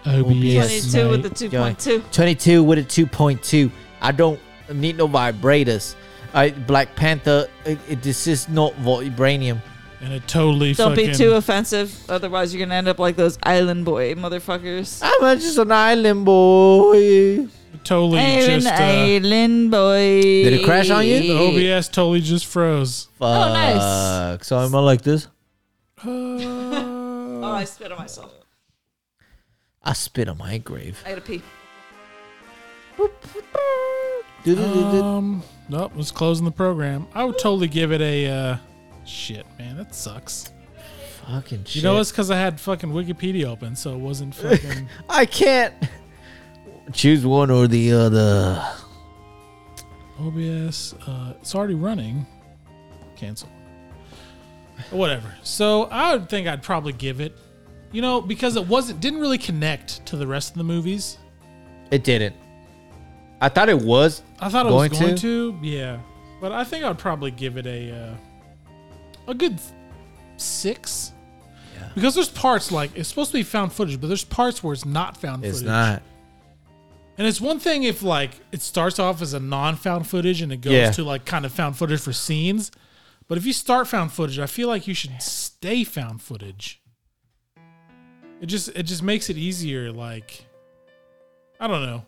Yes, 22 with the mate. 2.2. 22 with a 2.2. I don't need no vibrators. I, Black Panther, it, it, this is not vibranium. and it totally Don't fucking be too offensive, otherwise you're gonna end up like those island boy motherfuckers. I'm Ah, just an island boy. totally Aaron just uh, Island boy. Oh, Did it crash on you? the OBS totally just froze. Fuck. So I'm all like this. Oh, I spit on myself. I spit on my grave. I gotta pee. Doo-doo-doo-doo. Um, nope, was closing the program. I would totally give it a uh, shit, man. That sucks. Fucking shit. You know, it's because I had fucking Wikipedia open, so it wasn't fucking. I can't choose one or the other. OBS. Uh, it's already running. Cancel. Whatever. So I would think I'd probably give it, you know, because it wasn't didn't really connect to the rest of the movies. It didn't. I thought it was. I thought it was Going going to? yeah. But I think I'd probably give it a uh, a good six. Yeah. Because there's parts like it's supposed to be found footage, but there's parts where it's not found It's footage. not. And it's one thing if like it starts off as a non-found footage and it goes Yeah. to like kind of found footage for scenes. But if you start found footage, I feel like you should stay found footage. It just it just makes it easier like I don't know.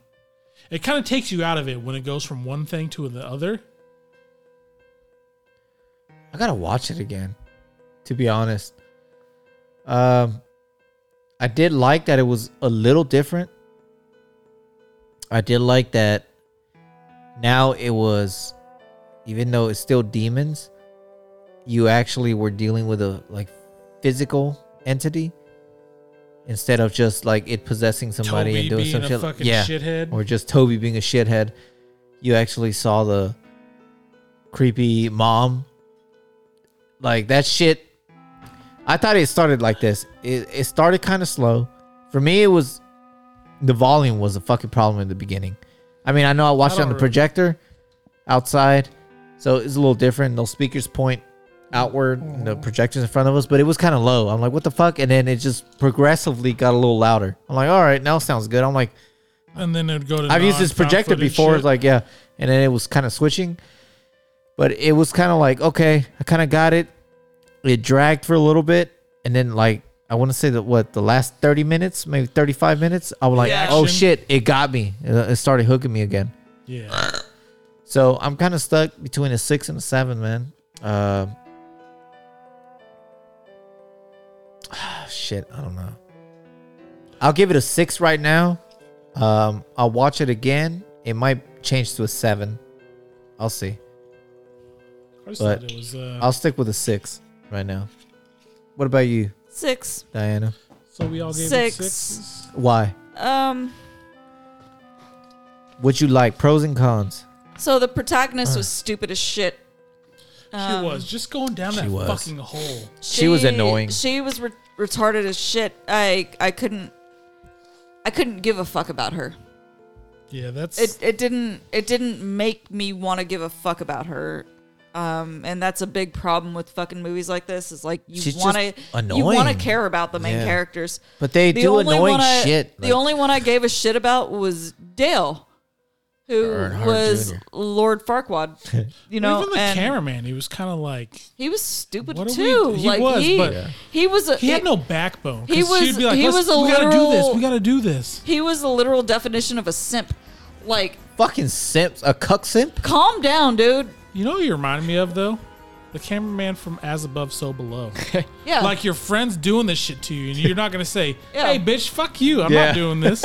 It kind of takes you out of it when it goes from one thing to the other. I gotta watch it again, to be honest. Um, I did like that it was a little different. I did like that. Now it was, even though it's still demons, you actually were dealing with a like physical entity instead of just like it possessing somebody Toby and doing being some a shit. fucking yeah, shithead. or just Toby being a shithead. You actually saw the creepy mom. Like that shit. I thought it started like this. It, it started kind of slow. For me, it was the volume was a fucking problem in the beginning. I mean, I know I watched it don't on the remember. projector outside, so it's a little different. Those speakers point outward, and Mm. the projectors in front of us, but it was kind of low. I'm like, what the fuck? And then it just progressively got a little louder. I'm like, all right, now it sounds good. I'm like, and then it'd go to. I've used this non-found projector footage before, shit. like yeah, and then it was kind of switching, but it was kind of like okay, I kind of got it. It dragged for a little bit, and then like I want to say that what the last thirty minutes, maybe thirty five minutes, I was like, Yeah. oh Action. shit, it got me. It it started hooking me again. yeah, So I'm kind of stuck between a six and a seven, man. Uh, shit, I don't know. I'll give it a six right now. Um, I'll watch it again. It might change to a seven. I'll see. I just But thought it was. Uh, I'll stick with a six right now. What about you, Six. Diana? so we all gave Six. it sixes. Why? Um. What you like? Pros and cons. So the protagonist was stupid as shit. she was just going down she that was. fucking hole. She was annoying. She was re- retarded as shit. I I couldn't. I couldn't give a fuck about her. Yeah, that's It it didn't it didn't make me want to give a fuck about her. Um, and that's a big problem with fucking movies like this. Is like you She's just want to you want to annoying. care about the main Yeah. characters. But they The do only annoying one I, shit. The like- only one I gave a shit about was Dale, who Earnhardt was Jr.. Lord Farquaad. You know, even the and cameraman. He was kind of like he was stupid What are we- too. he like was, he, but- he was a, he had no backbone. he 'cause was- she'd be like, he "Let's- was a we gotta do this. literal- We gotta do this. he was the literal definition of a simp. Like, fucking simps. A cuck simp. calm down, dude. You know, what you reminded me of though, the cameraman from As Above, So Below. Yeah, Like your friends doing this shit to you, and you're not gonna say, Yeah. "Hey, bitch, fuck you. I'm Yeah. not doing this."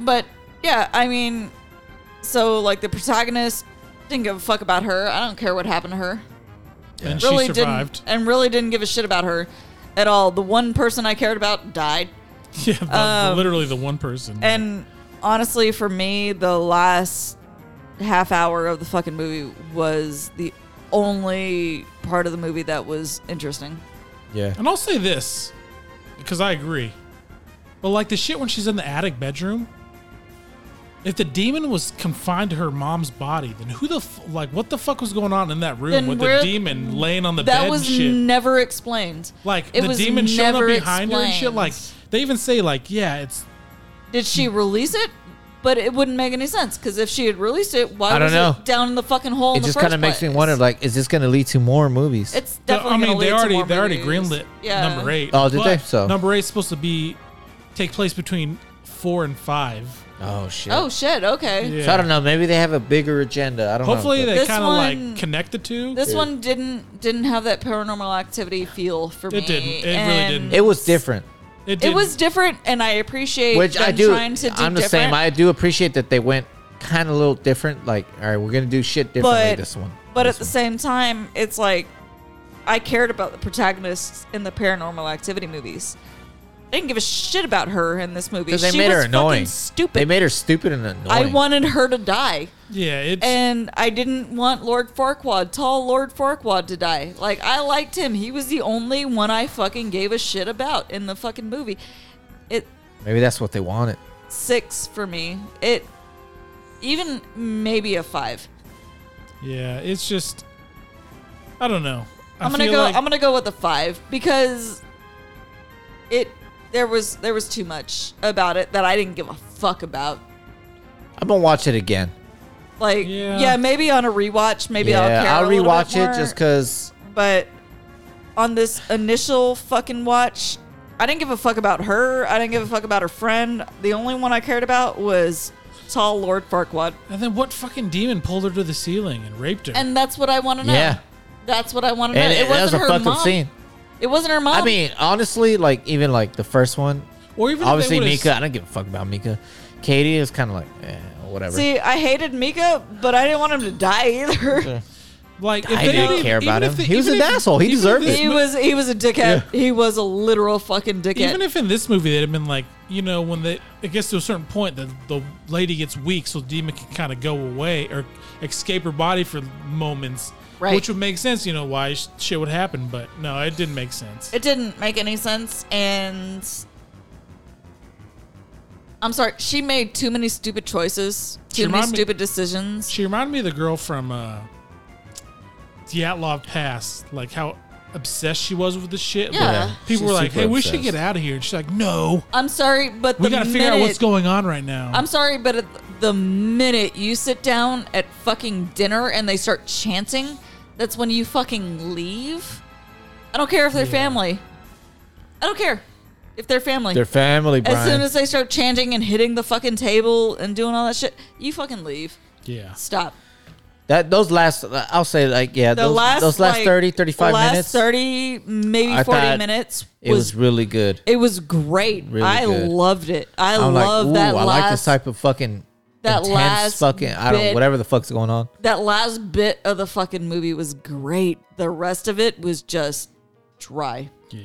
but yeah, I mean, so like the protagonist didn't give a fuck about her. I don't care what happened to her. And Really she survived. didn't, and really didn't give a shit about her at all. The one person I cared about died. Yeah, the, Um, literally the one person. And honestly, for me, the last half hour of the fucking movie was the only part of the movie that was interesting. Yeah. And I'll say this, because I agree. But like the shit when she's in the attic bedroom, if the demon was confined to her mom's body, then who the f- like what the fuck was going on in that room Then with the where- demon laying on the bed That and was shit? never explained. like it the was demon showing up never behind her and shit. explained. Like they even say like yeah, it's Did she release it? But it wouldn't make any sense because if she had released it, why I don't was know. it down in the fucking hole? It in the just first kind of makes me place? wonder, like, is this going to lead to more movies? It's No, definitely. I mean gonna lead they to already more they already movies. greenlit Yeah. number eight. Oh, did but they? So- number eight's supposed to be take place between four and five. oh shit. Oh shit! Okay. Yeah. So I don't know. Maybe they have a bigger agenda. I don't Hopefully know. they This kind of like one- connect the two. This one didn't didn't have that paranormal activity feel for me. It didn't. It really and didn't. But it was different, it, It didn't- was different, and I appreciate which them I do. trying to do I'm the different, same. I do appreciate that they went kind of a little different. Like, all right, we're gonna do shit differently But- this one. but This at the same time, it's like I cared about the protagonists in the Paranormal Activity movies. I didn't give a shit about her in this movie. because they she made was her fucking annoying. Stupid. They made her stupid and annoying. I wanted her to die, yeah. It's and I didn't want Lord Farquaad, tall Lord Farquaad, to die. Like I liked him. He was the only one I fucking gave a shit about in the fucking movie. It Maybe that's what they wanted. six for me. It even maybe a five. Yeah, it's just I don't know. I I'm gonna feel go. like- I'm gonna go with a five because it there was there was too much about it that I didn't give a fuck about. I'm gonna watch it again. Like Yeah. yeah, maybe on a rewatch, maybe I'll care. yeah, I'll a little rewatch bit more, it just because. But on this initial fucking watch, I didn't give a fuck about her. I didn't give a fuck about her friend. The only one I cared about was tall Lord Farquaad, And then what fucking demon pulled her to the ceiling and raped her? and that's what I want to know. Yeah. That's what I want to know. And it, it, that was wasn't a her fucked up mom. scene. It wasn't her mom. I mean, honestly, like even like the first one, or even if they obviously would've- Mika. I don't give a fuck about Mika. Katie is kind of like, eh, whatever. See, I hated Mika, but I didn't want him to die either. Like if I they didn't don't even- care even about if him. they- He was even an if- asshole. He even if deserved this it. he mo- was he was a dickhead. He was a literal fucking dickhead. Even if in this movie they'd have been like, you know, when they it gets to a certain point that the lady gets weak, so the demon can kind of go away or escape her body for moments, Right. Which would make sense, you know, why sh- shit would happen. But no, it didn't make sense. it didn't make any sense and I'm sorry, she made too many stupid choices, She too many reminded me- stupid decisions. She reminded me of the girl from uh, Dyatlov Pass, like how obsessed she was with the shit. Yeah. Like, Yeah, People she's were like, super "Hey, we should obsessed. get out of here," and she's like, "No, I'm sorry, but the we got to figure out minute- what's going on right now." I'm sorry, but at the minute you sit down at fucking dinner and they start chanting, that's when you fucking leave. I don't care if they're family. I don't care if they're family. Their family, Brian. as soon as they start chanting and hitting the fucking table and doing all that shit, you fucking leave. yeah, Stop. that those last, I'll say like yeah, The those last those last like, 30, 35 last minutes. 30 maybe I 40 thought minutes it was was, really good. it was great. really I good. loved it. I I'm love like, ooh, that I last like this type of fucking that intense last fucking I don't bit. whatever the fuck's going on. that last bit of the fucking movie was great. The rest of it was just dry. yeah.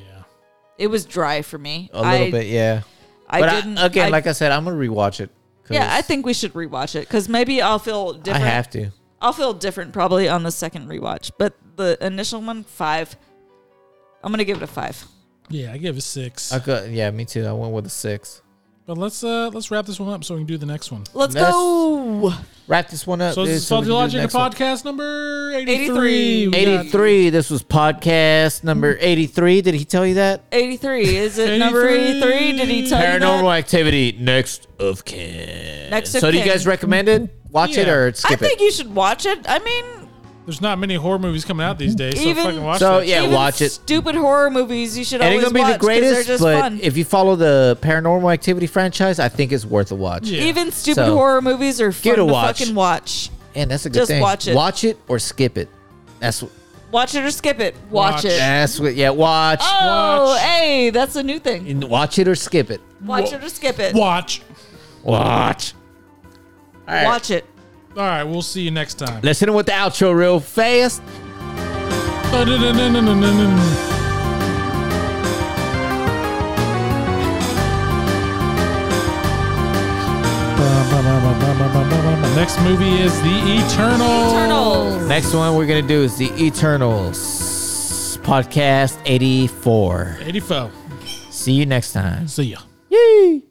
It was dry for me. A little I, bit, yeah. I but I- didn't. again, like I said, I'm gonna rewatch it. 'cause yeah, I think we should rewatch it because maybe I'll feel I different. have to. I'll feel different probably on the second rewatch, but the initial one five. I'm gonna give it a five. Yeah, I give it six. I could, yeah, me too. I went with a six. But let's uh let's wrap this one up so we can do the next one. Let's That's- go. Wrap this one up. So this dude, is we can Faulty do the Logic next one. podcast number 83. 83. We got 83. This was podcast number 83. Did he tell you that? 83 is it number 83? 83? Did he tell you Paranormal activity next of kin. that? Next so of do you Kin. guys recommend it? Watch it Yeah. or I skip think it? you should watch it. I mean, There's not many horror movies coming out these days, so Even- fucking watch So, that Oh, yeah, shit. even watch it. Stupid horror movies you should It ain't always gonna be watch the 'cause they're greatest, just but fun. if you follow the Paranormal Activity franchise, I think it's worth a watch. Yeah. Even stupid So, horror movies are fun it a to watch. fucking watch. And that's a good Just thing. watch it. Watch it or skip it. That's what. Watch it or skip it. Watch, Watch. it. That's what. Yeah, watch. Oh, Watch. hey, that's a new thing. And watch it or skip it. Watch it or skip it. watch. Watch. All right. Watch it. All right, we'll see you next time. Let's hit him with the outro real fast. Next movie is The Eternal. Eternals. Next one we're gonna do is the Eternals podcast 84. 84. See you next time. See ya. Yee.